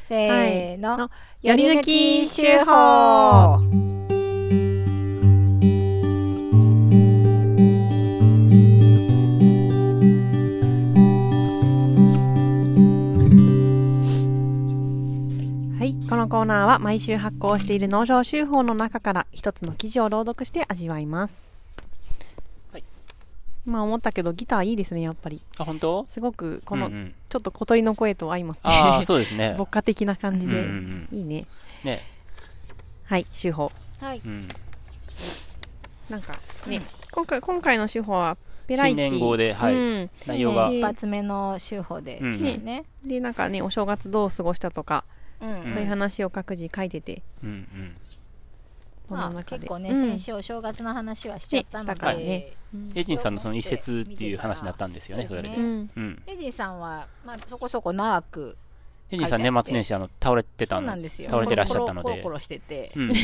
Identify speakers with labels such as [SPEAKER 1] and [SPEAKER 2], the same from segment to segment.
[SPEAKER 1] せーの、
[SPEAKER 2] の
[SPEAKER 1] やり抜き手法
[SPEAKER 2] はいこのコーナーは毎週発行している農場手法の中から一つの記事を朗読して味わいます
[SPEAKER 3] はい
[SPEAKER 2] 今思ったけどギターいいですねやっぱり
[SPEAKER 3] あ本当
[SPEAKER 2] すごくこの
[SPEAKER 3] うんうん
[SPEAKER 2] ちょっと小鳥の声と合います
[SPEAKER 3] ああ
[SPEAKER 2] ね
[SPEAKER 3] そうですね
[SPEAKER 2] 牧歌的な感じ
[SPEAKER 3] うんうんう
[SPEAKER 2] で
[SPEAKER 3] ん
[SPEAKER 2] いいね
[SPEAKER 3] ね
[SPEAKER 2] はい手法
[SPEAKER 1] はい
[SPEAKER 3] うん
[SPEAKER 2] なんかね、今回今回の手法はペライチ
[SPEAKER 3] 新年号ではい
[SPEAKER 2] うん、
[SPEAKER 3] 内容が
[SPEAKER 2] ね
[SPEAKER 1] 一発目の手法で
[SPEAKER 3] うん
[SPEAKER 1] すよね、
[SPEAKER 2] でなんかねお正月どう過ごしたとか、
[SPEAKER 1] うん
[SPEAKER 3] ん
[SPEAKER 2] そういう話を各自書いてて
[SPEAKER 3] うんうん
[SPEAKER 2] こ
[SPEAKER 1] ま
[SPEAKER 2] の
[SPEAKER 1] あ、
[SPEAKER 2] 中で
[SPEAKER 1] 結構ね、
[SPEAKER 2] うん
[SPEAKER 1] 先週お正月の話はしちゃったの
[SPEAKER 2] ねし
[SPEAKER 1] で、
[SPEAKER 2] たからね
[SPEAKER 3] エイジンさんのその一節っていう話になったんですよねそれで
[SPEAKER 1] そううん
[SPEAKER 3] うん
[SPEAKER 1] レジさんは、まあ、そこそこ長く
[SPEAKER 3] エイジンさん年末年始あの倒れてた
[SPEAKER 1] そうんなんですよ
[SPEAKER 3] 倒れてらっしゃったの
[SPEAKER 1] コロコロ
[SPEAKER 3] で
[SPEAKER 1] コロコロしてて、
[SPEAKER 3] うんうん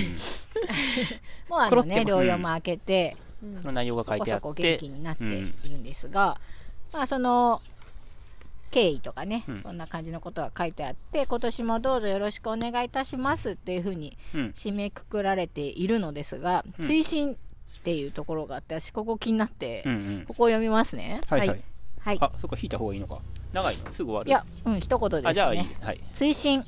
[SPEAKER 1] もうあ
[SPEAKER 2] コロ
[SPEAKER 1] の
[SPEAKER 2] っ
[SPEAKER 1] ね
[SPEAKER 2] てます
[SPEAKER 1] 療養も明けて、
[SPEAKER 3] その内容が書
[SPEAKER 1] そ
[SPEAKER 3] い
[SPEAKER 1] こ
[SPEAKER 3] てあ
[SPEAKER 1] そ
[SPEAKER 3] っ
[SPEAKER 1] こ元
[SPEAKER 3] て
[SPEAKER 1] 気になっているんですが、まあその経緯とかね、
[SPEAKER 3] うん
[SPEAKER 1] そんな感じのことが書いてあって今年もどうぞよろしくお願いいたしますっていうふうに
[SPEAKER 3] うん
[SPEAKER 1] 締めくくられているのですが、
[SPEAKER 3] うん
[SPEAKER 1] 追伸っていうところがあって私ここ気になって、
[SPEAKER 3] うんうん
[SPEAKER 1] ここを読みますね
[SPEAKER 3] はい
[SPEAKER 2] は
[SPEAKER 3] はいい
[SPEAKER 1] はい
[SPEAKER 3] あそっか引いた方がいいのか長いのすぐ終わる
[SPEAKER 1] いやうん一言ですね
[SPEAKER 3] あじゃあいいですはい
[SPEAKER 1] 追伸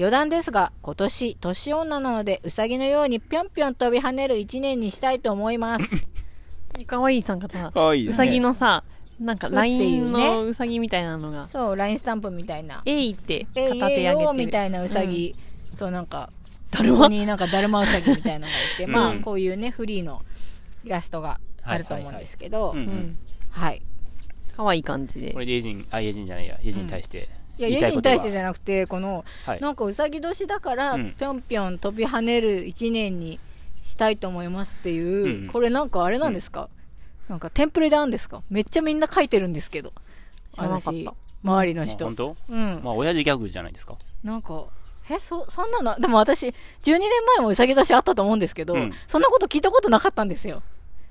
[SPEAKER 1] 余談ですが今年年女なのでうさぎのようにぴょんぴょん飛び跳ねる一年にしたいと思います
[SPEAKER 2] かわいいさんかさ
[SPEAKER 3] 可愛いう
[SPEAKER 2] さぎのさなんか
[SPEAKER 1] うっていう
[SPEAKER 2] LINE
[SPEAKER 1] ね
[SPEAKER 2] のうさぎみたいなのが
[SPEAKER 1] そうラインスタンプみたいな
[SPEAKER 2] 「えい」って
[SPEAKER 1] えい
[SPEAKER 2] 片手
[SPEAKER 1] えいよ
[SPEAKER 2] 上
[SPEAKER 1] ーみ
[SPEAKER 2] げてる
[SPEAKER 1] たいなうさぎとなんか、
[SPEAKER 2] だる
[SPEAKER 1] ここ
[SPEAKER 2] ま
[SPEAKER 1] になんかだるまうさぎみたいなのがいて、
[SPEAKER 3] うん
[SPEAKER 1] まあこういうねフリーのイラストがあると思うんですけど
[SPEAKER 3] うんう
[SPEAKER 2] うんん
[SPEAKER 1] はい
[SPEAKER 2] かわいい感じで
[SPEAKER 3] これでエイジンあエイジンじゃないやエイジンに対して
[SPEAKER 1] いや
[SPEAKER 3] 言
[SPEAKER 1] 家
[SPEAKER 3] い
[SPEAKER 1] 事
[SPEAKER 3] たい
[SPEAKER 1] に
[SPEAKER 3] ことは
[SPEAKER 1] 対してじゃなくてこの
[SPEAKER 3] はい
[SPEAKER 1] なんかうさぎ年だから
[SPEAKER 3] うん
[SPEAKER 1] ぴょんぴょん飛び跳ねる1年にしたいと思いますっていう、
[SPEAKER 3] うん
[SPEAKER 1] これなんかあれなんですか、なんかテンプレであるんですかめっちゃみんな書いてるんですけど
[SPEAKER 2] 知らなかっ
[SPEAKER 1] 私
[SPEAKER 2] た
[SPEAKER 1] 周りの
[SPEAKER 3] あ
[SPEAKER 1] 人
[SPEAKER 3] 本当
[SPEAKER 1] うん
[SPEAKER 3] まあ親父ギャグじゃないですか
[SPEAKER 1] なんかえそそんなのでも私12年前もうさぎ年あったと思うんですけど、
[SPEAKER 3] うん
[SPEAKER 1] そんなこと聞いたことなかったんですよ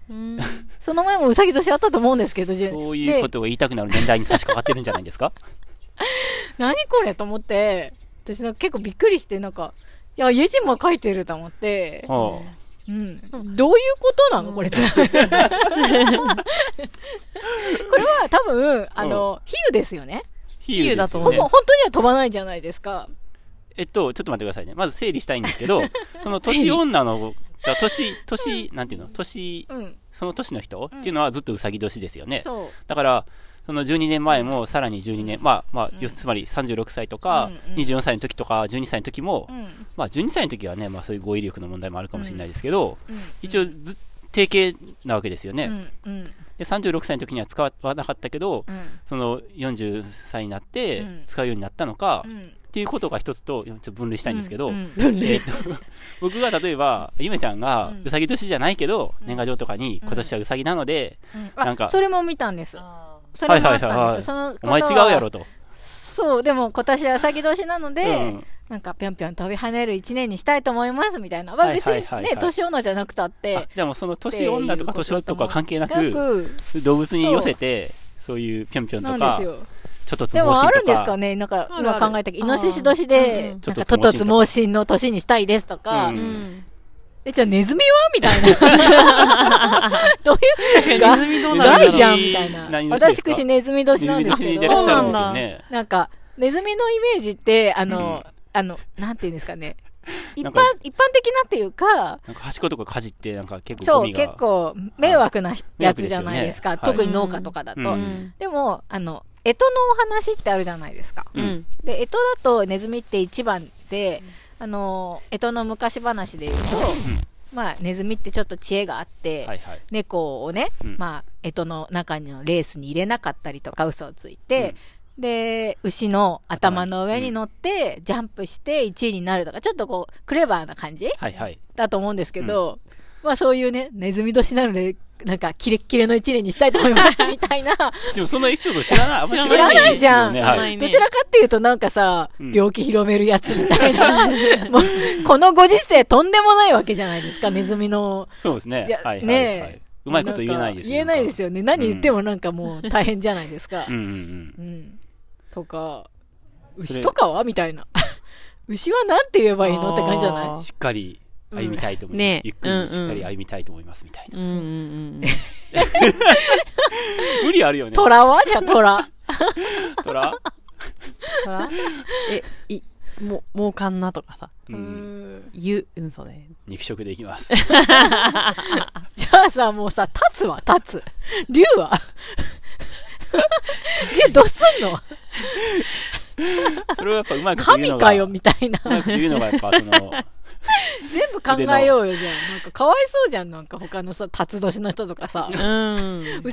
[SPEAKER 2] うん
[SPEAKER 1] その前もうさぎ年あったと思うんですけどじゅ
[SPEAKER 3] そういうことを言いたくなる年代に差し掛かってるんじゃないですか
[SPEAKER 1] で何これと思って私なんか結構びっくりしてなんかいや家人も書いてると思って
[SPEAKER 3] は
[SPEAKER 1] うん、どういうことなの これ、ちなみにこれは多分、あの、比喩ですよね。
[SPEAKER 3] あ比喩
[SPEAKER 2] 比喩だ
[SPEAKER 3] だ
[SPEAKER 2] と
[SPEAKER 3] と
[SPEAKER 2] 思
[SPEAKER 1] ほ
[SPEAKER 2] う
[SPEAKER 3] 思
[SPEAKER 1] ぼ、本当には飛ばないじゃないですか。
[SPEAKER 3] えっと、ちょっと待ってくださいね。まず整理したいんです けど、その年女の、だ年、年、なんていうの年、
[SPEAKER 1] うん。
[SPEAKER 3] その年の人っていうのはずっとうさぎ年ですよね。
[SPEAKER 1] そう。
[SPEAKER 3] だから、その12年前もさらに12年、まあまあ、よつまり36歳とか
[SPEAKER 1] うん、うん
[SPEAKER 3] 24歳の時とか、12歳の時も
[SPEAKER 1] う、ん。
[SPEAKER 3] まあ12歳の時はね、まあそういう語彙力の問題もあるかもしれないですけど、
[SPEAKER 1] うん。
[SPEAKER 3] 一応ず、定型なわけですよ
[SPEAKER 1] う
[SPEAKER 3] ね。
[SPEAKER 1] ん。うん。
[SPEAKER 3] で、36歳の時には使わなかったけど
[SPEAKER 1] う、ん。
[SPEAKER 3] その40歳になって
[SPEAKER 1] うん
[SPEAKER 3] 使うようになったのか
[SPEAKER 1] う、ん。
[SPEAKER 3] っていうことが一つと、ちょっと分類したいんですけど
[SPEAKER 1] う、ん
[SPEAKER 2] 分
[SPEAKER 3] え
[SPEAKER 2] 類
[SPEAKER 3] っと、 僕が例えば、ゆめちゃんが
[SPEAKER 1] うん、
[SPEAKER 3] うさぎ年じゃないけど、
[SPEAKER 1] ん
[SPEAKER 3] 年賀状とかに、今年はうさぎなので、
[SPEAKER 1] うん
[SPEAKER 3] なん
[SPEAKER 1] あ、
[SPEAKER 3] か
[SPEAKER 1] それも見たんです。
[SPEAKER 2] あ
[SPEAKER 1] それもあったんです。
[SPEAKER 3] はいはいはいはい
[SPEAKER 1] その
[SPEAKER 3] お前違うや。ろと。
[SPEAKER 1] そう、でも今年は先年なの
[SPEAKER 3] う
[SPEAKER 1] で、
[SPEAKER 3] ん
[SPEAKER 1] なんかぴょんぴょん飛び跳ねる一年にしたいと思いますみたいな。まあ
[SPEAKER 3] はい
[SPEAKER 1] 別
[SPEAKER 3] はい
[SPEAKER 1] に
[SPEAKER 3] はいはい
[SPEAKER 1] ね、年女じゃなくたって
[SPEAKER 3] あ、じゃあもうその年女とか年男とか関係な
[SPEAKER 1] な
[SPEAKER 3] く、
[SPEAKER 1] く、
[SPEAKER 3] 動物に寄せて、そういうぴょんぴょん
[SPEAKER 1] な
[SPEAKER 3] と
[SPEAKER 1] んで
[SPEAKER 3] か、
[SPEAKER 1] す
[SPEAKER 3] ちょ
[SPEAKER 1] よ。
[SPEAKER 3] っとつ
[SPEAKER 1] で
[SPEAKER 3] ぼ
[SPEAKER 1] も
[SPEAKER 3] し
[SPEAKER 1] あ
[SPEAKER 3] ん
[SPEAKER 1] るん
[SPEAKER 3] と
[SPEAKER 1] ですか
[SPEAKER 3] か、
[SPEAKER 1] ねなんか
[SPEAKER 2] あるあ
[SPEAKER 1] 今
[SPEAKER 2] る
[SPEAKER 1] 考えたけど、イノシシ年で、
[SPEAKER 2] う
[SPEAKER 1] な
[SPEAKER 2] ん
[SPEAKER 1] んかトトツ猛進の年にしたいですとか、
[SPEAKER 3] うん
[SPEAKER 1] え、じゃあネズミはみたいな。 どういう、が
[SPEAKER 2] ネズミどうな
[SPEAKER 3] ネ
[SPEAKER 1] 害
[SPEAKER 2] る
[SPEAKER 3] ズミ
[SPEAKER 1] じゃんみたいな
[SPEAKER 3] 何。年です
[SPEAKER 1] 私、
[SPEAKER 3] か
[SPEAKER 1] くしネズミ年なんです
[SPEAKER 3] に
[SPEAKER 1] け
[SPEAKER 3] 似てらっ
[SPEAKER 1] ど、
[SPEAKER 3] しゃるんですよね。
[SPEAKER 1] なんか、ネズミのイメージって、あの、あの、なんていうんですかね。一般
[SPEAKER 3] なんか、
[SPEAKER 1] 一般的なっていうか、
[SPEAKER 3] なんか端っことかかじって、なんか結構ゴ
[SPEAKER 1] そう、
[SPEAKER 3] ミ
[SPEAKER 1] 結
[SPEAKER 3] が。
[SPEAKER 1] 構迷惑な
[SPEAKER 3] 迷
[SPEAKER 1] や
[SPEAKER 3] 惑
[SPEAKER 1] つ
[SPEAKER 3] です
[SPEAKER 1] じ
[SPEAKER 3] よ
[SPEAKER 1] ゃ
[SPEAKER 3] ね
[SPEAKER 1] ないです
[SPEAKER 3] は
[SPEAKER 1] か。
[SPEAKER 3] い
[SPEAKER 1] 特に農家とかだ
[SPEAKER 3] う
[SPEAKER 1] と
[SPEAKER 3] ん。
[SPEAKER 1] でも、あの、干支のお話ってあるじゃないですか。
[SPEAKER 2] う
[SPEAKER 3] うんん
[SPEAKER 1] で、干支だとネズミって一番で、あの、干支の昔話で言うと、まあ、ネズミってちょっと知恵があって、
[SPEAKER 3] はいはい。
[SPEAKER 1] 猫をね、
[SPEAKER 3] うん
[SPEAKER 1] まあ、干支の中のレースに入れなかったりとか、嘘をついて、で、牛の頭の上に乗って、ジャンプして1位になるとか、ちょっとこう、クレバーな感じ
[SPEAKER 3] はいはい。
[SPEAKER 1] だと思うんですけど、まあそういうね、ネズミ年なので、なんか、キレッキレの1年にしたいと思います、みたい な。
[SPEAKER 3] でもそのエピソード知らない、あんまり
[SPEAKER 1] 知らないじゃん
[SPEAKER 3] 知らないですよねは
[SPEAKER 2] ね
[SPEAKER 3] い
[SPEAKER 1] どちらかっていうとなんかさ、
[SPEAKER 3] うん
[SPEAKER 1] 病気広めるやつみたい な、もう、このご時世とんでもないわけじゃないですか、ネズミの。
[SPEAKER 3] そうですね
[SPEAKER 1] い。や
[SPEAKER 3] はいはい
[SPEAKER 1] ね
[SPEAKER 3] は
[SPEAKER 1] え
[SPEAKER 3] い。うまいこと言えないです
[SPEAKER 1] んか言えないです
[SPEAKER 3] よ。
[SPEAKER 1] よね。何言ってもなんかもう大変じゃないですか
[SPEAKER 3] う。んうんうん。
[SPEAKER 1] うん。とか、
[SPEAKER 3] そ
[SPEAKER 1] 牛
[SPEAKER 3] れ
[SPEAKER 1] とかはみたいな。 牛はなんて言えばいいのって感じじゃない
[SPEAKER 2] あー
[SPEAKER 3] しっかり歩みたいと思い
[SPEAKER 2] うんね
[SPEAKER 3] ゆっくりしっかり歩みたいと思いますみたいな。
[SPEAKER 2] うんうんうん。
[SPEAKER 3] 無理あるよね。
[SPEAKER 1] 虎はじゃあ虎。
[SPEAKER 3] トラ
[SPEAKER 2] ほら え、い、も、もうかんなとかさ。
[SPEAKER 3] うん。
[SPEAKER 2] ゆ、うん、そうね。
[SPEAKER 3] 肉食でいきます。
[SPEAKER 1] じゃあさ、もうさ、立つは立つ。竜は 竜どうすんの
[SPEAKER 3] それをやっぱうまく言う
[SPEAKER 1] 神
[SPEAKER 3] のが。
[SPEAKER 1] かよみたいな。
[SPEAKER 3] うまく言うのがやっぱそ の、
[SPEAKER 1] 全部考えようよ、じゃ あ。なんかかわいそうじゃん。なんか他のさ、辰年の人とかさ。
[SPEAKER 2] うん。
[SPEAKER 1] うさぎ年の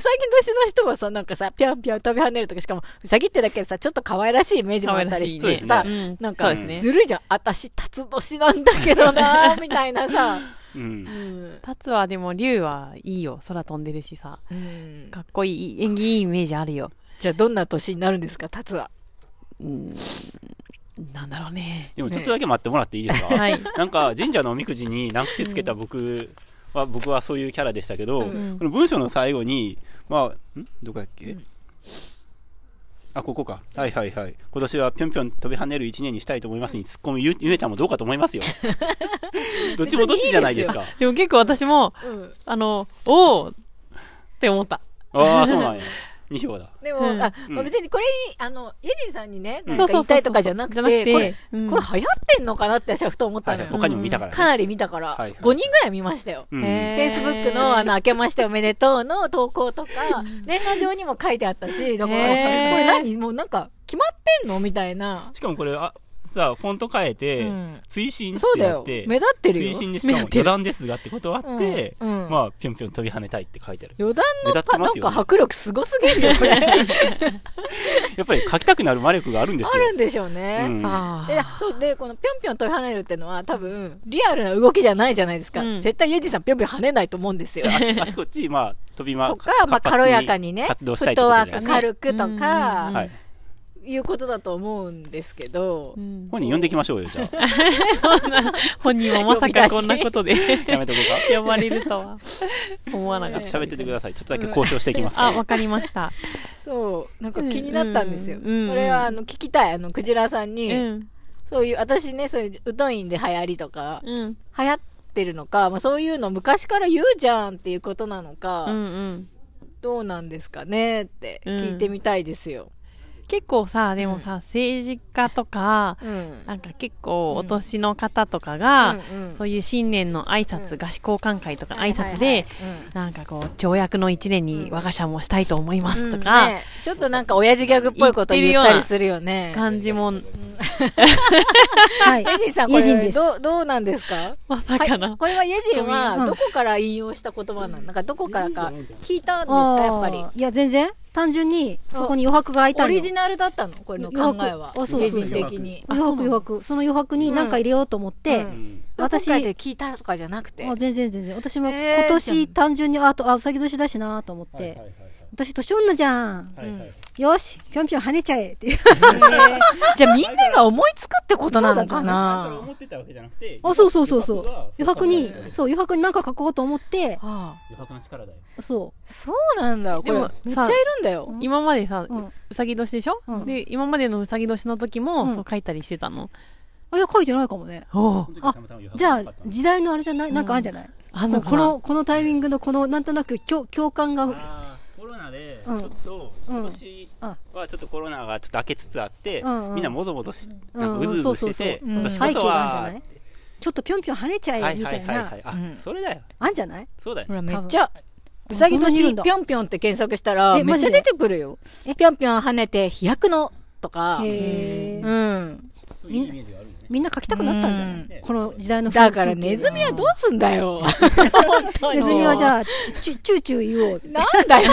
[SPEAKER 1] 人はさ、なんかさ、ぴゃんぴゃん飛び跳ねるとか、しかも、うさぎってだけでさ、ちょっと可愛らしいイメージもあったりし
[SPEAKER 3] 可愛
[SPEAKER 1] て
[SPEAKER 3] らしいね
[SPEAKER 1] さ、
[SPEAKER 3] そう
[SPEAKER 2] ですね
[SPEAKER 1] なん
[SPEAKER 2] そ
[SPEAKER 1] か、
[SPEAKER 2] うですね
[SPEAKER 1] ずるいじゃん。私、辰年なんだけど なーみたいなさ。
[SPEAKER 3] う。
[SPEAKER 1] うんん。
[SPEAKER 2] タツはでも、竜はいいよ。空飛んでるしさ。
[SPEAKER 1] うん。
[SPEAKER 2] かっこいい、演技いいイメージあるよ。
[SPEAKER 1] じゃあ、どんな年になるんですか、辰は。
[SPEAKER 2] なんだろうね。
[SPEAKER 3] でもちょっとだけ待ってもらっていいですか、
[SPEAKER 2] はい。
[SPEAKER 3] なんか神社のおみくじに難癖つけた僕は、僕はそういうキャラでしたけど、
[SPEAKER 1] うん
[SPEAKER 3] この文章の最後に、まあ、んどこだっけ、あ、ここか。はいはいはい。今年はぴょんぴょん飛び跳ねる一年にしたいと思いますに突っ込むゆゆめちゃんもどうかと思いますよ。 どっちもどっちじゃないですか。
[SPEAKER 2] でも結構私も、
[SPEAKER 1] うん。
[SPEAKER 2] あの、おーって思った。
[SPEAKER 3] ああ、そうなんや。2票だ。
[SPEAKER 1] でも、
[SPEAKER 2] うん
[SPEAKER 1] あ、
[SPEAKER 3] うん
[SPEAKER 1] まあ別にこれに、あの、イェジンさんにね、
[SPEAKER 3] うん
[SPEAKER 1] なんか言いたいとかじゃなくて、
[SPEAKER 2] そうそうそうそう
[SPEAKER 1] こ
[SPEAKER 2] じゃな
[SPEAKER 1] れ
[SPEAKER 2] く、てうん
[SPEAKER 1] これ流行ってんのかなって私はふと思った
[SPEAKER 3] はい
[SPEAKER 1] の
[SPEAKER 3] はい、
[SPEAKER 1] よ。
[SPEAKER 3] 他にも見たから、ね
[SPEAKER 1] かなり見たから、
[SPEAKER 3] はいはい
[SPEAKER 1] 5人ぐらい見ましたよ。
[SPEAKER 3] うん
[SPEAKER 1] フ
[SPEAKER 2] へ
[SPEAKER 1] ェイスブックの、あの、明けましておめでとうの投稿とか、年賀状にも書いてあったし、だから、こ
[SPEAKER 2] へー
[SPEAKER 1] れ何もうなんか、決まってんのみたいな。
[SPEAKER 3] しかもこれ、あ、さあ、フォント変えて、
[SPEAKER 1] うん
[SPEAKER 3] 追伸っ
[SPEAKER 1] そう
[SPEAKER 3] て
[SPEAKER 1] だ
[SPEAKER 3] や
[SPEAKER 1] よ
[SPEAKER 3] っ。て、
[SPEAKER 1] 目立ってるよ
[SPEAKER 3] 推。進でしかも余談ですがってことあって、
[SPEAKER 1] うんうん
[SPEAKER 3] まあ、ぴょんぴょん飛び跳ねたいって書いてある。
[SPEAKER 1] 余談
[SPEAKER 3] 目立
[SPEAKER 1] の
[SPEAKER 3] って
[SPEAKER 1] パ、
[SPEAKER 3] ま
[SPEAKER 1] なん
[SPEAKER 3] すよね
[SPEAKER 1] か迫力すごすぎるよ、これ。あ
[SPEAKER 3] やっぱり書きたくなる魔力があるんですよ。
[SPEAKER 1] るんでしょうね。
[SPEAKER 3] うん
[SPEAKER 2] あ
[SPEAKER 1] でそうで、このぴょんぴょん飛び跳ねるってのは多分、リアルな動きじゃないじゃないですか。
[SPEAKER 2] うん
[SPEAKER 1] 絶対イェジさんぴょんぴょん跳ねないと思うんですよ。
[SPEAKER 3] あっちあっちこっち、まあ、飛びま、
[SPEAKER 1] とか、まあ、軽やかにね、フ
[SPEAKER 3] 活動した
[SPEAKER 1] ッ
[SPEAKER 3] いって
[SPEAKER 1] ト
[SPEAKER 3] ことじ
[SPEAKER 1] ワ
[SPEAKER 3] ゃない
[SPEAKER 1] ー
[SPEAKER 3] で
[SPEAKER 1] ク
[SPEAKER 3] すか。
[SPEAKER 1] 軽くと
[SPEAKER 2] う
[SPEAKER 1] か、
[SPEAKER 2] ん
[SPEAKER 3] はい。
[SPEAKER 1] いうことだと思うんですけど、
[SPEAKER 2] うん
[SPEAKER 3] 本人呼んできましょうよ、じゃあ。
[SPEAKER 2] 本人はまさかこんなことで
[SPEAKER 3] やめとこう か。
[SPEAKER 2] 呼ばれるとは思わな
[SPEAKER 3] ち
[SPEAKER 2] か
[SPEAKER 3] ょ
[SPEAKER 2] っ。
[SPEAKER 3] ったと喋っててください。ちょっとだけ交渉していきます
[SPEAKER 2] あ、
[SPEAKER 3] ね
[SPEAKER 2] わ。かりました。
[SPEAKER 1] そう、なんか気になったんですよ。
[SPEAKER 2] うんうんうん
[SPEAKER 1] これは、あの、聞きたい。あの、クジラさん
[SPEAKER 2] う
[SPEAKER 1] に、
[SPEAKER 2] ん。
[SPEAKER 1] そういう、私ね、そういう、疎いんで流行りとか、
[SPEAKER 2] うん。
[SPEAKER 1] 流行ってるのか、まあ、そういうの昔から言うじゃんっていうことなのか、
[SPEAKER 2] うんうん。
[SPEAKER 1] どうなんですかねって聞いてみたいですよ。
[SPEAKER 2] 結構さ、でもさ、政治家とか、
[SPEAKER 1] うん。うん
[SPEAKER 2] なんか結構お年の方とか
[SPEAKER 1] う
[SPEAKER 2] が、
[SPEAKER 1] ん
[SPEAKER 2] そういう新年の挨拶、合宿交換会とか挨拶
[SPEAKER 1] はいはい
[SPEAKER 2] で
[SPEAKER 1] はい、
[SPEAKER 2] なんかこう、条約の一年に我が社もしたいと思いま
[SPEAKER 1] う
[SPEAKER 2] す
[SPEAKER 1] ん
[SPEAKER 2] とか、
[SPEAKER 1] ねちょっとなんか親父ギャグっぽいこと言ったりするよね。
[SPEAKER 2] 感じも、
[SPEAKER 4] はい。
[SPEAKER 1] イェジンさん、こ
[SPEAKER 4] イェジンで
[SPEAKER 1] れ、
[SPEAKER 4] す
[SPEAKER 1] どう、どうなんですか
[SPEAKER 2] まさか
[SPEAKER 1] はい、
[SPEAKER 2] の。
[SPEAKER 1] これはイェジン
[SPEAKER 2] ツッコミう
[SPEAKER 1] は
[SPEAKER 2] ん
[SPEAKER 1] どこから引用した言葉なのなんかどこからか聞いたんです
[SPEAKER 4] あ
[SPEAKER 1] か
[SPEAKER 4] ー
[SPEAKER 1] やっぱり
[SPEAKER 4] いや、全然。単純に、そこに余白が空いた
[SPEAKER 1] オ
[SPEAKER 4] り。
[SPEAKER 1] リジナルだったのこれの考えは
[SPEAKER 4] 余白あ
[SPEAKER 1] イ
[SPEAKER 4] そうそう
[SPEAKER 1] ェジン的に
[SPEAKER 4] 余白余白。その余白に何か入れようと思って
[SPEAKER 1] う、
[SPEAKER 3] うん
[SPEAKER 1] 私
[SPEAKER 4] 私
[SPEAKER 1] どこかで聞いたとかじゃなくて
[SPEAKER 4] あ全然全然。私も
[SPEAKER 1] えー
[SPEAKER 4] 今年単純に、あ、あと、あ、うさぎ年だしなと思っ
[SPEAKER 3] はい
[SPEAKER 4] て
[SPEAKER 3] はい。
[SPEAKER 4] 私年女じゃん。
[SPEAKER 3] はいはい
[SPEAKER 4] よし、ぴょんぴょん跳ねちゃえっていう。
[SPEAKER 1] じゃあみんなが思いつくってことなのか
[SPEAKER 3] なんか
[SPEAKER 1] な
[SPEAKER 3] 思ってたわけじゃなくて
[SPEAKER 4] あ、そうそうそうそう
[SPEAKER 3] 余白が。
[SPEAKER 4] 余白に
[SPEAKER 3] そう、
[SPEAKER 4] そう、余白に何か書こうと思って、
[SPEAKER 1] ああ
[SPEAKER 3] 余白の力だよ。
[SPEAKER 4] そ
[SPEAKER 1] そうなんだこれ
[SPEAKER 2] で
[SPEAKER 1] めっ
[SPEAKER 2] も
[SPEAKER 1] ちゃ
[SPEAKER 2] さ
[SPEAKER 1] いるんだよ
[SPEAKER 2] 今までさ、
[SPEAKER 4] う。うん。
[SPEAKER 2] うさぎ年でしょ、
[SPEAKER 4] うん
[SPEAKER 2] で、今までのうさぎ年の時も、
[SPEAKER 4] うん
[SPEAKER 2] そう書いたりしてたの。
[SPEAKER 4] あ、いや、書いてないかもね。
[SPEAKER 2] おお
[SPEAKER 3] その時は
[SPEAKER 4] あ
[SPEAKER 3] たまたま余白
[SPEAKER 4] じゃ
[SPEAKER 3] が
[SPEAKER 4] あ
[SPEAKER 3] なかった、んだ
[SPEAKER 4] 時代のあれじゃない、なんかあるんじゃない
[SPEAKER 2] あん
[SPEAKER 4] も
[SPEAKER 2] の
[SPEAKER 4] う
[SPEAKER 2] か
[SPEAKER 4] こ
[SPEAKER 2] な
[SPEAKER 4] の、このタイミングの、この、なんとなく、共共感が、
[SPEAKER 3] あーコロナでち
[SPEAKER 4] う
[SPEAKER 3] ょ
[SPEAKER 4] ん
[SPEAKER 3] っと今年はちょっとコロナがちょっと明けつつあって、
[SPEAKER 4] うんうん
[SPEAKER 3] みんなもぞもぞし、
[SPEAKER 4] うん
[SPEAKER 3] なんかうずうずしてて、
[SPEAKER 4] そうそうそう
[SPEAKER 3] 今年
[SPEAKER 4] 背
[SPEAKER 3] こ
[SPEAKER 4] 景
[SPEAKER 3] そ
[SPEAKER 4] があるんじゃ
[SPEAKER 3] は
[SPEAKER 4] ないちょっとぴょんぴょん跳ねちゃ
[SPEAKER 3] は
[SPEAKER 4] え
[SPEAKER 3] い
[SPEAKER 4] み
[SPEAKER 3] は
[SPEAKER 4] た
[SPEAKER 3] い
[SPEAKER 4] い
[SPEAKER 3] はい
[SPEAKER 4] な
[SPEAKER 3] はい、あ、
[SPEAKER 1] うん
[SPEAKER 3] それだよ
[SPEAKER 4] あんじゃない
[SPEAKER 3] そうだよ
[SPEAKER 1] ほらめ
[SPEAKER 4] 分
[SPEAKER 1] っちゃうさぎ
[SPEAKER 4] そんなにいる
[SPEAKER 1] 年
[SPEAKER 4] んだ
[SPEAKER 1] ぴょんぴょんって検索したら
[SPEAKER 4] え
[SPEAKER 1] めっ
[SPEAKER 4] マ
[SPEAKER 1] ち
[SPEAKER 4] ジ
[SPEAKER 1] ゃ
[SPEAKER 4] で
[SPEAKER 1] 出てくるよ
[SPEAKER 4] え
[SPEAKER 1] ぴょんぴょん跳ねて飛躍のとか
[SPEAKER 4] へ
[SPEAKER 1] う
[SPEAKER 4] ー
[SPEAKER 1] ん
[SPEAKER 3] そういうイメージがあるよね
[SPEAKER 4] みんな書きたくなったんじゃな
[SPEAKER 3] うん
[SPEAKER 4] いこの時代の
[SPEAKER 1] だからネズミは
[SPEAKER 4] は
[SPEAKER 1] どうすんだ よ。
[SPEAKER 4] ネズミはじ
[SPEAKER 1] あ。
[SPEAKER 4] ゃあチュチューチュー言おう
[SPEAKER 1] なんだよ、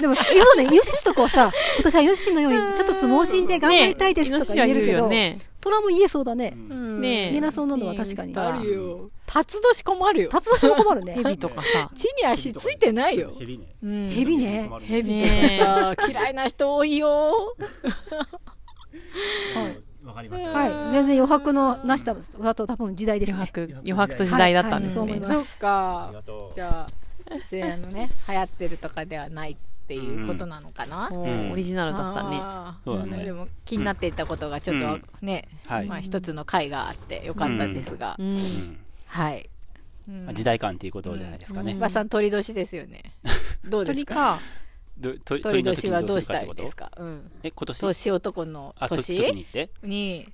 [SPEAKER 4] でもそうねイノシシとかはさ今年はイノシシのようにちょっとつ盲信で頑張りたいですとか言えるけど
[SPEAKER 2] ね
[SPEAKER 4] トラも言えそうだね
[SPEAKER 1] うん
[SPEAKER 2] ね
[SPEAKER 4] 言えなそうなのは確かに
[SPEAKER 2] ね
[SPEAKER 1] あるよ。辰年困るよ。
[SPEAKER 4] 辰年も困る
[SPEAKER 2] ヘ
[SPEAKER 4] ね
[SPEAKER 2] ビとかさ。
[SPEAKER 1] 地に足ついてないよ。
[SPEAKER 3] ヘビね。
[SPEAKER 1] うん
[SPEAKER 4] ヘビね
[SPEAKER 3] 困る
[SPEAKER 1] ヘビとかさ、嫌いな人多いよ。
[SPEAKER 3] わかりました。
[SPEAKER 4] はい全然余白のなしだと多分時代です
[SPEAKER 2] 余
[SPEAKER 4] ね
[SPEAKER 2] 白、余白と時代だったんです
[SPEAKER 4] はいは
[SPEAKER 2] ね
[SPEAKER 4] い。
[SPEAKER 1] そっ
[SPEAKER 4] そ
[SPEAKER 1] か
[SPEAKER 3] ありがとう。
[SPEAKER 1] じゃあ、うちらのね、流行ってるとかではないっていうことなのかな、
[SPEAKER 2] お
[SPEAKER 3] うん
[SPEAKER 2] ーオリジナルだったね。
[SPEAKER 1] あー
[SPEAKER 3] そうだね
[SPEAKER 1] んでも気になっていたことがちょっと、
[SPEAKER 3] うん
[SPEAKER 1] ね、
[SPEAKER 3] はい
[SPEAKER 1] まあ一つの回があってよかったんですが、
[SPEAKER 2] うん。
[SPEAKER 1] はい。
[SPEAKER 3] まあ時代感っていうことじゃないですかね。
[SPEAKER 1] 馬さん鳥年ですよ ね。どうです
[SPEAKER 2] 鳥
[SPEAKER 1] か？
[SPEAKER 2] か。
[SPEAKER 3] ど鳥
[SPEAKER 1] 鳥
[SPEAKER 3] の時
[SPEAKER 1] 年
[SPEAKER 3] に
[SPEAKER 1] は
[SPEAKER 3] ど
[SPEAKER 1] ど
[SPEAKER 3] う
[SPEAKER 1] う
[SPEAKER 3] す
[SPEAKER 1] し
[SPEAKER 3] るかったて
[SPEAKER 1] い
[SPEAKER 3] こ
[SPEAKER 1] で
[SPEAKER 3] と
[SPEAKER 1] すか？うん。
[SPEAKER 3] え、今年
[SPEAKER 1] 年男の
[SPEAKER 3] あ、と時に
[SPEAKER 1] 年
[SPEAKER 3] 行って
[SPEAKER 1] に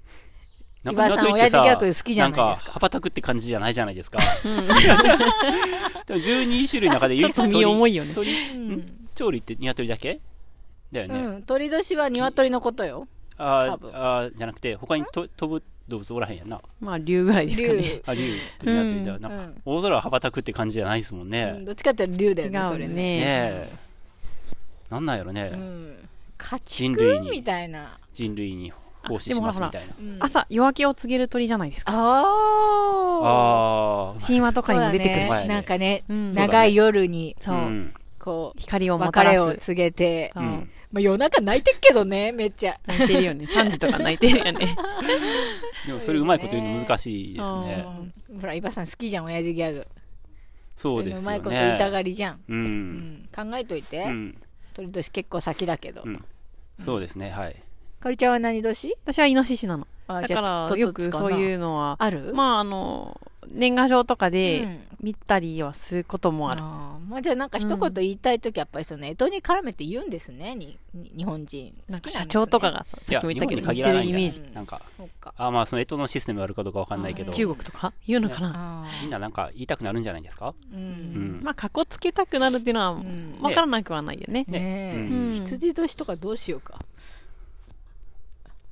[SPEAKER 3] なん
[SPEAKER 1] 岩井
[SPEAKER 3] か
[SPEAKER 1] さん
[SPEAKER 3] といってさ
[SPEAKER 1] 親父ギャグ好きじゃないですか
[SPEAKER 3] んか、羽ばたくって感じじゃないじゃないですか。 でも12種類の中で
[SPEAKER 2] ちょ
[SPEAKER 3] 唯
[SPEAKER 2] っ
[SPEAKER 3] 一
[SPEAKER 2] と身重いよね。
[SPEAKER 3] 鳥
[SPEAKER 1] うん、
[SPEAKER 3] 鳥類って鶏だけだよ
[SPEAKER 1] う
[SPEAKER 3] ね。
[SPEAKER 1] ん、鳥年は鶏のことよ。
[SPEAKER 3] あ
[SPEAKER 1] 多分
[SPEAKER 3] ーあー、じゃなくて、他にと飛ぶ動物おらへんやんな。
[SPEAKER 2] まあ、竜ぐらいですかね。
[SPEAKER 1] 竜、
[SPEAKER 3] あ、竜と鶏じゃ、なんか、大空羽ばたくって感じじゃないですも
[SPEAKER 1] う
[SPEAKER 3] んね
[SPEAKER 1] ん。どっちかっていうと竜だ
[SPEAKER 2] 違
[SPEAKER 1] よね、そうれね。
[SPEAKER 3] ね
[SPEAKER 2] ね。
[SPEAKER 3] え。なんなんやろ
[SPEAKER 1] う
[SPEAKER 3] ね。
[SPEAKER 1] ん。家
[SPEAKER 3] 人類
[SPEAKER 1] 畜
[SPEAKER 3] に
[SPEAKER 1] みたいな。
[SPEAKER 3] 人類に奉仕しますみたいな。
[SPEAKER 1] うん、あ
[SPEAKER 2] 朝、夜明けを告げる鳥じゃないですか。
[SPEAKER 1] あー。
[SPEAKER 3] ああ。
[SPEAKER 2] 神話とか
[SPEAKER 1] そう
[SPEAKER 2] に
[SPEAKER 1] だ
[SPEAKER 2] も出てく
[SPEAKER 1] ね
[SPEAKER 2] るし。
[SPEAKER 1] なんかね、
[SPEAKER 2] うん
[SPEAKER 3] そうだね
[SPEAKER 1] 長い夜に、
[SPEAKER 2] そうう。
[SPEAKER 3] ん。
[SPEAKER 1] こう、
[SPEAKER 2] 光をもた
[SPEAKER 1] 別
[SPEAKER 2] ら
[SPEAKER 1] れを
[SPEAKER 2] す。
[SPEAKER 1] 告げて、
[SPEAKER 2] う
[SPEAKER 1] ま
[SPEAKER 3] うんん。
[SPEAKER 1] あ、夜中泣いてっけどね、めっちゃ。
[SPEAKER 2] 泣いてるよね。3時とか泣いてるよね。
[SPEAKER 3] でもそれうまいこと言うの難しいですね。
[SPEAKER 1] うんほら、伊庭さん好きじゃん、親父ギャグ。
[SPEAKER 3] そうですよ
[SPEAKER 1] うま
[SPEAKER 3] ね。
[SPEAKER 1] いこと言いたがりじゃん。
[SPEAKER 3] う。
[SPEAKER 1] うんん、考えといて、
[SPEAKER 3] うん。
[SPEAKER 1] 鳥年結構先だけど、
[SPEAKER 3] うんそうですね、はい。
[SPEAKER 1] かおりちゃんは何年
[SPEAKER 2] 私はイノシシなの。
[SPEAKER 1] あ
[SPEAKER 2] だ
[SPEAKER 1] じゃ
[SPEAKER 2] か
[SPEAKER 1] あ
[SPEAKER 2] ら
[SPEAKER 1] と、っ
[SPEAKER 2] よ
[SPEAKER 1] と
[SPEAKER 2] く
[SPEAKER 1] つか
[SPEAKER 2] そ
[SPEAKER 1] な
[SPEAKER 2] ういうのは、
[SPEAKER 1] ある
[SPEAKER 2] まあ、あの、年賀状とか
[SPEAKER 1] う
[SPEAKER 2] で
[SPEAKER 1] ん
[SPEAKER 2] 見たりはすることもある。
[SPEAKER 1] あーまあ、じゃあなんか一言言いたい時はやっぱりその干支に絡めて言うんですねにに日本人好き
[SPEAKER 2] な
[SPEAKER 1] なんん
[SPEAKER 2] か
[SPEAKER 1] です、ね、
[SPEAKER 2] 社長とかが、
[SPEAKER 3] い
[SPEAKER 2] さ
[SPEAKER 3] や、
[SPEAKER 2] っきも
[SPEAKER 3] 日
[SPEAKER 2] 言ったけど、似
[SPEAKER 3] 本に
[SPEAKER 2] て
[SPEAKER 3] 限らな
[SPEAKER 2] る
[SPEAKER 3] いん
[SPEAKER 2] イ
[SPEAKER 3] じゃ
[SPEAKER 2] メー
[SPEAKER 3] ない
[SPEAKER 2] ジ。
[SPEAKER 3] なんか、
[SPEAKER 1] そうか
[SPEAKER 3] あーまあ、そのエトのシステムがあるかどうかわかんないけど、
[SPEAKER 2] 中国とか言うのかな
[SPEAKER 1] あ
[SPEAKER 3] みんななんか言いたくなるんじゃないですか
[SPEAKER 1] ーう
[SPEAKER 3] うんん。
[SPEAKER 2] まあ、かっこつけたくなるっていうのは、
[SPEAKER 1] ん
[SPEAKER 2] わからなくはないよね。
[SPEAKER 1] ねえ、
[SPEAKER 3] う
[SPEAKER 2] うん
[SPEAKER 3] ん
[SPEAKER 1] 羊年とかどうしようか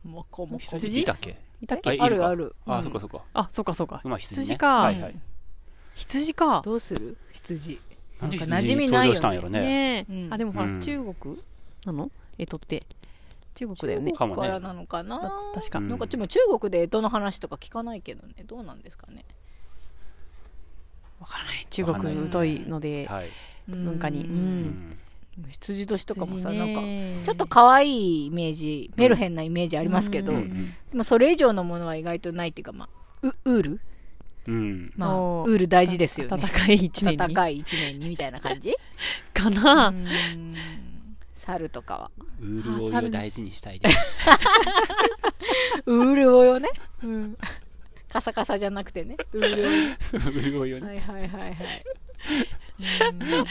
[SPEAKER 1] もこもこ
[SPEAKER 3] 羊いたっけ
[SPEAKER 2] いたっ
[SPEAKER 3] あい
[SPEAKER 2] け
[SPEAKER 3] るか
[SPEAKER 1] あるある
[SPEAKER 3] あ
[SPEAKER 1] う
[SPEAKER 3] ー、
[SPEAKER 1] ん
[SPEAKER 3] そっかそっか。
[SPEAKER 2] あ、そうかそうか。
[SPEAKER 3] 馬羊ね。
[SPEAKER 2] 羊か
[SPEAKER 3] はいはい。
[SPEAKER 2] 羊か。
[SPEAKER 1] どうする羊
[SPEAKER 3] なんで
[SPEAKER 1] なんか馴
[SPEAKER 3] 羊
[SPEAKER 1] 染み
[SPEAKER 3] に
[SPEAKER 1] ない
[SPEAKER 3] 登
[SPEAKER 1] よね
[SPEAKER 3] 場したんやろね。
[SPEAKER 2] ねえ
[SPEAKER 1] う。ん
[SPEAKER 2] あ、でもほ
[SPEAKER 3] う
[SPEAKER 2] ら、
[SPEAKER 3] ん
[SPEAKER 2] 中国なのえとって。中国だよね。
[SPEAKER 3] かもね
[SPEAKER 1] からなのかな、
[SPEAKER 2] た確か
[SPEAKER 3] う。ん
[SPEAKER 1] なんかでも中国で干支の話とか聞かないけどねどうなんですかね
[SPEAKER 2] わからない。中国疎いので、
[SPEAKER 3] はい。
[SPEAKER 2] 文化に。う
[SPEAKER 1] うん
[SPEAKER 2] ん。
[SPEAKER 1] 羊年とかもさ、
[SPEAKER 2] 羊
[SPEAKER 1] なん
[SPEAKER 2] ね
[SPEAKER 1] かちょっと可愛いイメージメルヘンなイメージありますけど、
[SPEAKER 2] う
[SPEAKER 3] うんん。
[SPEAKER 1] でもそれ以上のものは意外とないっていうか、まあ、ウウール、
[SPEAKER 3] うん。
[SPEAKER 1] まあ、
[SPEAKER 2] お
[SPEAKER 1] ウ
[SPEAKER 2] ー
[SPEAKER 1] ール大事ですよね。
[SPEAKER 2] 戦い一年に。
[SPEAKER 1] 戦い一年にみたいな感じ
[SPEAKER 2] か
[SPEAKER 1] うー
[SPEAKER 2] な
[SPEAKER 1] ん猿とかは。
[SPEAKER 3] 潤いを大事にしたいです。
[SPEAKER 1] ウールをよね。
[SPEAKER 2] うん
[SPEAKER 1] カサカサじゃなく てね。ウールをね
[SPEAKER 3] 潤いをね。
[SPEAKER 1] はいはいはいはい。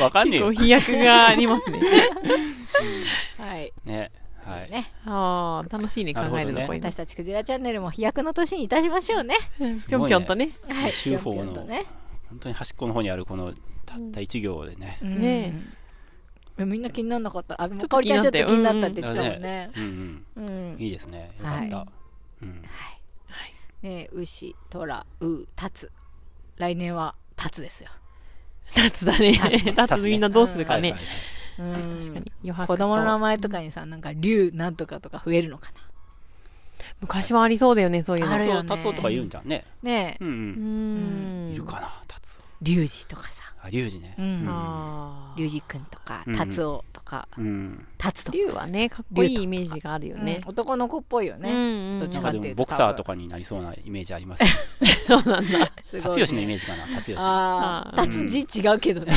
[SPEAKER 3] わかんねえ
[SPEAKER 2] 結構
[SPEAKER 3] よ。
[SPEAKER 2] 飛躍がありますね。
[SPEAKER 1] はい。
[SPEAKER 3] ね。はい。
[SPEAKER 1] ね。
[SPEAKER 2] ああ、楽しいね、考えるの、
[SPEAKER 3] なるほどね
[SPEAKER 2] こういうの。
[SPEAKER 1] 私たちクジラチャンネルも飛躍の年にいたしましょうね。
[SPEAKER 2] ぴょんぴょんとね。
[SPEAKER 1] はい。
[SPEAKER 3] 修法
[SPEAKER 1] ぴょん
[SPEAKER 3] の
[SPEAKER 1] ぴょんとね。
[SPEAKER 3] 本当に端っこの方にあるこのたった一行でね。
[SPEAKER 1] うん
[SPEAKER 2] ね
[SPEAKER 1] え。みんな気にならなかった。あ、でも
[SPEAKER 2] ちょっと
[SPEAKER 1] かおりちゃんちょっと気にな
[SPEAKER 2] 気に
[SPEAKER 1] っ
[SPEAKER 2] な
[SPEAKER 1] た
[SPEAKER 2] っ
[SPEAKER 1] って
[SPEAKER 2] た
[SPEAKER 1] 言ってたもんね。
[SPEAKER 3] うん
[SPEAKER 1] うん
[SPEAKER 3] うん。。いいですね。よかった。うん。
[SPEAKER 1] ね牛、虎、う、たつ。来年はたつですよ。
[SPEAKER 2] 夏だね。
[SPEAKER 1] 夏ね
[SPEAKER 2] 夏みんなどうするか
[SPEAKER 3] はいはい
[SPEAKER 2] ね
[SPEAKER 3] はい。。
[SPEAKER 1] うん
[SPEAKER 2] 確かに。余白と
[SPEAKER 1] 子供の名前とかにさ、なんか、竜なんとかとか増えるのか
[SPEAKER 2] 昔はありそうだよね、そういうの。
[SPEAKER 1] ある
[SPEAKER 3] タツ
[SPEAKER 1] よ
[SPEAKER 3] オ、
[SPEAKER 1] ね
[SPEAKER 3] タツオとかいるんじゃんね。
[SPEAKER 1] な。ねえ、
[SPEAKER 3] うんう。
[SPEAKER 2] うんん。
[SPEAKER 3] いるかな、タツオ。
[SPEAKER 1] 竜二とかさ、
[SPEAKER 3] あ、リュウジね。
[SPEAKER 1] うん
[SPEAKER 2] あ
[SPEAKER 1] 竜二くんとか
[SPEAKER 3] う、ん
[SPEAKER 1] 達夫とか、
[SPEAKER 3] うん。
[SPEAKER 1] 達と
[SPEAKER 2] あ。
[SPEAKER 1] か。
[SPEAKER 2] 竜はね、かっこいいイメージがあるよね
[SPEAKER 1] うん。男の子っぽいよ
[SPEAKER 2] う
[SPEAKER 1] ね。
[SPEAKER 2] ん。
[SPEAKER 1] どっ
[SPEAKER 2] う
[SPEAKER 1] ち
[SPEAKER 3] なん
[SPEAKER 1] かっ
[SPEAKER 3] か
[SPEAKER 1] て
[SPEAKER 3] で
[SPEAKER 1] いうと
[SPEAKER 3] もボクサーとかになりそうなイメージあります。
[SPEAKER 2] そうなんだ。
[SPEAKER 1] すごいね
[SPEAKER 3] タツヨシのイメージかな、タツヨシ。
[SPEAKER 1] ああ、
[SPEAKER 2] あー
[SPEAKER 1] 達字違うけどね。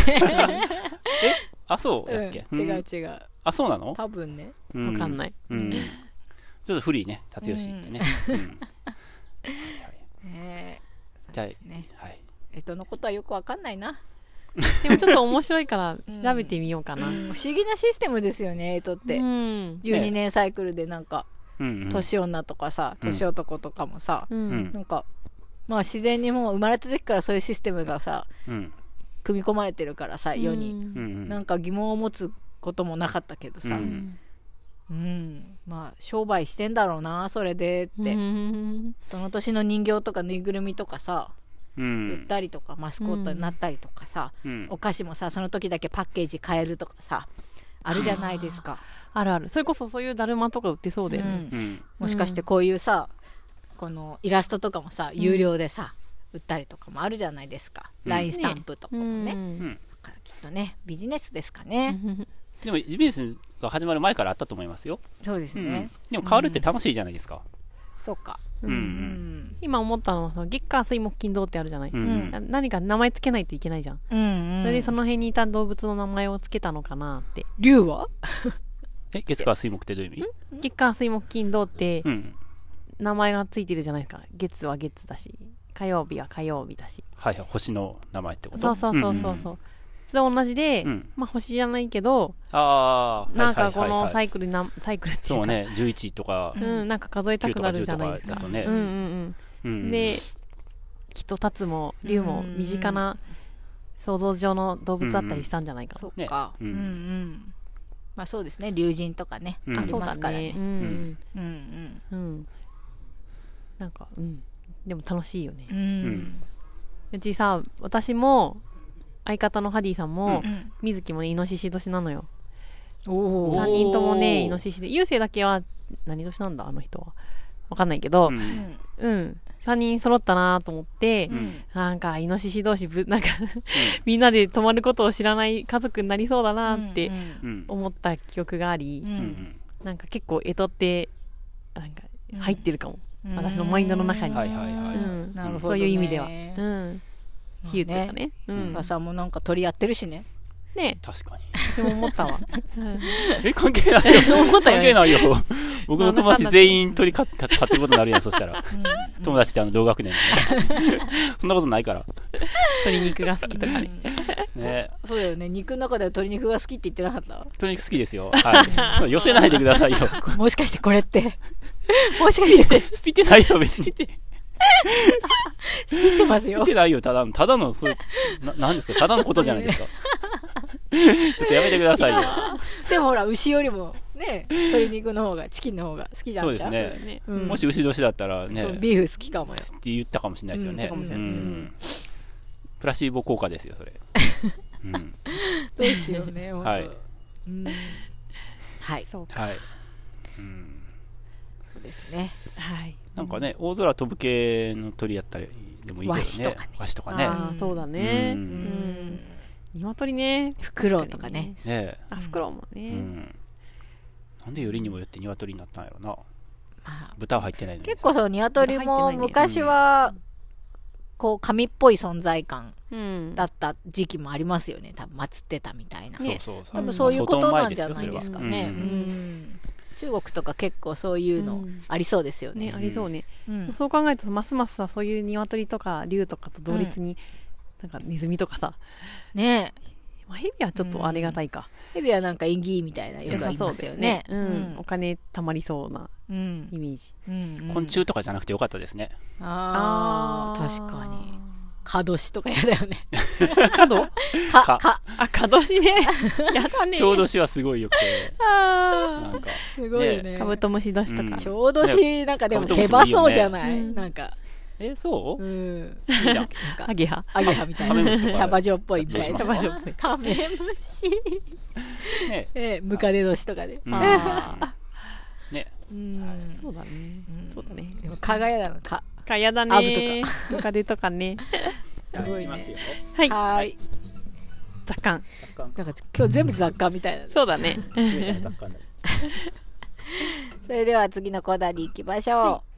[SPEAKER 3] あ、そう
[SPEAKER 1] うん
[SPEAKER 3] やっけ
[SPEAKER 1] 違
[SPEAKER 3] う
[SPEAKER 1] うん違う。
[SPEAKER 3] あ、そうなの
[SPEAKER 1] 多分ね。
[SPEAKER 3] わ
[SPEAKER 2] わかんない。
[SPEAKER 3] うん。ちょっと古いね、タツヨシってね。うん
[SPEAKER 1] ねえ
[SPEAKER 3] じ
[SPEAKER 1] そ
[SPEAKER 3] ゃあ
[SPEAKER 1] うですね。
[SPEAKER 3] はい。
[SPEAKER 1] えっとのことはよくわかんないな。
[SPEAKER 2] でもちょっと面白いから調べてみようかな。
[SPEAKER 1] 不思議なシステムですよね、えっとって
[SPEAKER 2] う。ん。
[SPEAKER 1] 12年サイクルでなんか、
[SPEAKER 3] うんうん。
[SPEAKER 1] 年女とかさ、
[SPEAKER 3] うん
[SPEAKER 1] 年男とかもさ、
[SPEAKER 2] う。
[SPEAKER 3] うんん
[SPEAKER 1] なんか、まあ自然にもう生まれた時からそういうシステムがさ、
[SPEAKER 3] うん
[SPEAKER 1] 組み込まれてるからさ、世に。
[SPEAKER 3] うんうん
[SPEAKER 1] なんか疑問を持つこともなかったけどさ、う
[SPEAKER 3] うん
[SPEAKER 1] ん、まあ商売してんだろうな、それでって、
[SPEAKER 2] うん。
[SPEAKER 1] その年の人形とかぬいぐるみとかさ、
[SPEAKER 3] うん
[SPEAKER 1] 売ったりとか、マスコットになったりとかさ、
[SPEAKER 3] うん
[SPEAKER 1] お菓子もさ、その時だけパッケージ変えるとかさ、あるじゃないですか。
[SPEAKER 2] あるある。それこそそういうだるまとか売ってそうだよ
[SPEAKER 1] う
[SPEAKER 2] ね。
[SPEAKER 1] ん
[SPEAKER 3] うん
[SPEAKER 1] もしかしてこういうさ、このイラストとかもさ、有料でさ、売ったりとかもあるじゃないですか。
[SPEAKER 3] うん
[SPEAKER 1] ラインスタンプとかもね。
[SPEAKER 2] ね。
[SPEAKER 1] だからきっとね、ビジネスですかね。
[SPEAKER 3] でも、ビジネスが始まる前からあったと思いますよ。
[SPEAKER 1] そうです
[SPEAKER 3] うん
[SPEAKER 1] ね。
[SPEAKER 3] でも、変わるって楽しいじゃないですか。
[SPEAKER 1] そうか。
[SPEAKER 3] うんう。
[SPEAKER 1] うんん。
[SPEAKER 2] 今思ったのはその月火水木金土ってあるじゃない、
[SPEAKER 3] うんん。
[SPEAKER 2] 何か名前つけないといけないじゃん、
[SPEAKER 1] うん、うん。
[SPEAKER 2] それでその辺にいた動物の名前をつけたのかなって
[SPEAKER 1] 竜は
[SPEAKER 3] え、月火水木ってどういう意味
[SPEAKER 2] 月火水木金土って
[SPEAKER 3] うん。
[SPEAKER 2] 名前がついてるじゃないですか月は月だし火曜日は火曜日だし
[SPEAKER 3] はいはい、星の名前ってこと
[SPEAKER 2] そうそうそうそうそう、それは同じで、
[SPEAKER 3] うん
[SPEAKER 2] まあ星じゃないけど
[SPEAKER 3] ああ、
[SPEAKER 2] なんかこ
[SPEAKER 3] はい
[SPEAKER 2] の
[SPEAKER 3] はいはいは
[SPEAKER 2] サ
[SPEAKER 3] い
[SPEAKER 2] イクルなサイクルっていう
[SPEAKER 3] そう
[SPEAKER 2] か
[SPEAKER 3] ね、11とか、
[SPEAKER 2] うん、なんか数えたくなるじゃないですか。
[SPEAKER 3] 9とか10とかだとね
[SPEAKER 2] うんうん
[SPEAKER 3] う
[SPEAKER 2] うんん。で、きっとタツも竜も身近な想像上の動物だったりしたんじゃないか
[SPEAKER 1] そ
[SPEAKER 2] な。
[SPEAKER 1] っか、
[SPEAKER 3] ね
[SPEAKER 1] う
[SPEAKER 3] うんん
[SPEAKER 1] うん。まあそうですね、竜神とかね、
[SPEAKER 3] うん
[SPEAKER 1] あ
[SPEAKER 2] あ、
[SPEAKER 1] り
[SPEAKER 2] そう
[SPEAKER 1] ま
[SPEAKER 2] だ
[SPEAKER 1] すから
[SPEAKER 2] ね
[SPEAKER 1] ね。。
[SPEAKER 2] うん
[SPEAKER 1] うんうん。
[SPEAKER 2] うん。うん。なんか、うん。でも楽しいよね
[SPEAKER 1] う。ん。
[SPEAKER 2] うちさ、私も、相方のハディさんも
[SPEAKER 1] う、ん、
[SPEAKER 2] 水木もね、イノシシ年なのよ。
[SPEAKER 1] お
[SPEAKER 3] ー
[SPEAKER 1] お。
[SPEAKER 2] 3人ともね、イノシシで。優勢だけは、何年なんだあの人は。わかんないけど
[SPEAKER 3] う、
[SPEAKER 1] うんん
[SPEAKER 2] うん。3人揃ったなと思って
[SPEAKER 1] う、ん
[SPEAKER 2] なんか、イノシシ同士ぶ、なん か、みんなで泊まることを知らない家族になりそうだなって
[SPEAKER 1] うん
[SPEAKER 3] うん
[SPEAKER 2] 思った記憶があり
[SPEAKER 1] う、
[SPEAKER 3] うんん
[SPEAKER 2] なんか結構、干支って、なんか、
[SPEAKER 1] うん
[SPEAKER 2] 入ってるかも。
[SPEAKER 1] うん
[SPEAKER 2] 私のマインドの中に
[SPEAKER 3] はいはいは
[SPEAKER 2] う
[SPEAKER 3] い
[SPEAKER 2] ん。
[SPEAKER 1] なるほどね
[SPEAKER 2] そういう意味では。うん。比喩とかね。う
[SPEAKER 1] 馬
[SPEAKER 2] ん
[SPEAKER 1] 場。さんもなんか鳥やってるしね。
[SPEAKER 2] ね
[SPEAKER 3] 確かに。
[SPEAKER 2] 私も思ったわ。
[SPEAKER 3] え、関係ないよ。
[SPEAKER 2] 思った
[SPEAKER 3] 関係
[SPEAKER 2] よね。
[SPEAKER 3] ないよ。僕の友達全員鳥かか買ってることになるやん、そしたら。友達ってあの同学年のね そんなことないから。
[SPEAKER 2] 鶏肉が好きとか
[SPEAKER 1] う
[SPEAKER 2] ね。
[SPEAKER 1] ん
[SPEAKER 3] ね
[SPEAKER 1] そうだよね、肉の中では鶏肉が好きって言ってなかった
[SPEAKER 3] 鶏肉好きですよ。はい。 そう寄せないでくださいよ。
[SPEAKER 1] もしかしてこれって、 もしか して
[SPEAKER 3] スピってないよ、別 に。スピ
[SPEAKER 1] 切ってますよ
[SPEAKER 3] っ。てないよ、ただの、ただの、そう、な、なんですか、ただのことじゃないですか。 ちょっとやめてくださいよ。
[SPEAKER 1] でもほら、牛よりもね、鶏肉の方が、チキンの方が好きじゃん
[SPEAKER 3] そうです
[SPEAKER 1] じゃ
[SPEAKER 3] ね。
[SPEAKER 2] ね
[SPEAKER 1] んうん
[SPEAKER 3] もし牛年だったらね、
[SPEAKER 1] そう
[SPEAKER 3] って
[SPEAKER 1] ビーフ好きかもよ。
[SPEAKER 3] 言ったかもしれないですよね。
[SPEAKER 1] う
[SPEAKER 3] うん
[SPEAKER 1] 言ったかもしれない
[SPEAKER 3] ん。プラシーボ効果で すよ、それ。うん。
[SPEAKER 1] どうしようね、本当。
[SPEAKER 3] はい
[SPEAKER 1] うんはい、
[SPEAKER 2] そうか。
[SPEAKER 3] はい。うん。
[SPEAKER 1] そうですね。
[SPEAKER 2] はい。
[SPEAKER 3] なんかね、大空飛ぶ系の鳥やったりでもいいけど
[SPEAKER 1] ワ
[SPEAKER 3] ね。
[SPEAKER 1] シとかね。
[SPEAKER 3] ワシとかね。
[SPEAKER 2] ああ、そうだね
[SPEAKER 3] う。
[SPEAKER 1] うん
[SPEAKER 3] ね
[SPEAKER 1] ん。
[SPEAKER 2] 鶏ね。
[SPEAKER 1] フクロウとかね。
[SPEAKER 3] え。
[SPEAKER 2] あ、フクロウも
[SPEAKER 3] う
[SPEAKER 2] ね。
[SPEAKER 3] ん。なんでよりにもよって鶏になったんやろな。
[SPEAKER 1] まあ、
[SPEAKER 3] 豚は入ってないのに。
[SPEAKER 1] 結構その鶏も昔は、こう、神っぽい存在感
[SPEAKER 2] うん。
[SPEAKER 1] だった時期もありますよね。多分、祀ってたみたいな。
[SPEAKER 3] そうそうそう。
[SPEAKER 1] 多
[SPEAKER 2] ね
[SPEAKER 1] 分そういうことなんじゃない
[SPEAKER 3] まあ
[SPEAKER 1] です
[SPEAKER 3] 相
[SPEAKER 1] か
[SPEAKER 3] 当
[SPEAKER 1] ね
[SPEAKER 3] 前。
[SPEAKER 1] う
[SPEAKER 3] ですよそれは
[SPEAKER 2] うん
[SPEAKER 1] ん中国とか結構そういうのありそうですよね
[SPEAKER 2] ね、。ありそうね。
[SPEAKER 1] うん
[SPEAKER 2] そう考えるとますますさそういう鶏とか竜とかと同率に、なんかネズミとかさ、
[SPEAKER 1] ね
[SPEAKER 2] まあ、ヘビはちょっとありがたいか、
[SPEAKER 1] え。ヘビはなんか縁起いいみたいなよ
[SPEAKER 2] 良
[SPEAKER 1] く
[SPEAKER 2] さ
[SPEAKER 1] あり
[SPEAKER 2] そう
[SPEAKER 1] ま
[SPEAKER 2] ですす
[SPEAKER 1] よ
[SPEAKER 2] よ
[SPEAKER 1] ね
[SPEAKER 2] ね。うんお金貯まりそうな
[SPEAKER 1] うん
[SPEAKER 2] イメージ、
[SPEAKER 1] うんうん
[SPEAKER 3] 昆虫とかじゃなくてよかったですね。
[SPEAKER 1] ああ、確かに。カドシとかやだよね。
[SPEAKER 2] 角
[SPEAKER 1] か、か。
[SPEAKER 2] あ角しねやだね
[SPEAKER 3] ちょうどしはすごいよくて、
[SPEAKER 1] あ
[SPEAKER 3] な
[SPEAKER 1] ー
[SPEAKER 3] んか、
[SPEAKER 1] すごいよね
[SPEAKER 2] カ。ブトムシ出しとか、
[SPEAKER 3] うん
[SPEAKER 1] ちょうどし、なんかでも手羽そうじゃない
[SPEAKER 2] うん
[SPEAKER 1] なんか、。
[SPEAKER 3] え、そううんいいじゃん。
[SPEAKER 1] なん
[SPEAKER 2] ア
[SPEAKER 1] か、
[SPEAKER 2] ゲハ
[SPEAKER 1] アゲハみたい
[SPEAKER 3] カメ
[SPEAKER 1] な。
[SPEAKER 3] ム
[SPEAKER 1] キ
[SPEAKER 3] シとか
[SPEAKER 1] ャバ嬢っぽいみたいな
[SPEAKER 3] ど。うしま
[SPEAKER 1] カメムシ。
[SPEAKER 3] ね
[SPEAKER 1] ええ、ムカデ年とかで。
[SPEAKER 3] うん
[SPEAKER 2] あ
[SPEAKER 3] ね
[SPEAKER 1] うん。
[SPEAKER 2] そうだね、そうだね
[SPEAKER 1] でも蚊が嫌なの蚊
[SPEAKER 2] かやだね
[SPEAKER 1] アブ
[SPEAKER 2] とかカデとかね
[SPEAKER 1] すごいね。
[SPEAKER 2] はい
[SPEAKER 1] はーい。
[SPEAKER 2] 雑感
[SPEAKER 1] なんか今日全部雑貨みたいな。
[SPEAKER 2] そうだね
[SPEAKER 3] いきますよ。
[SPEAKER 1] それでは次のコーナーに行きましょう。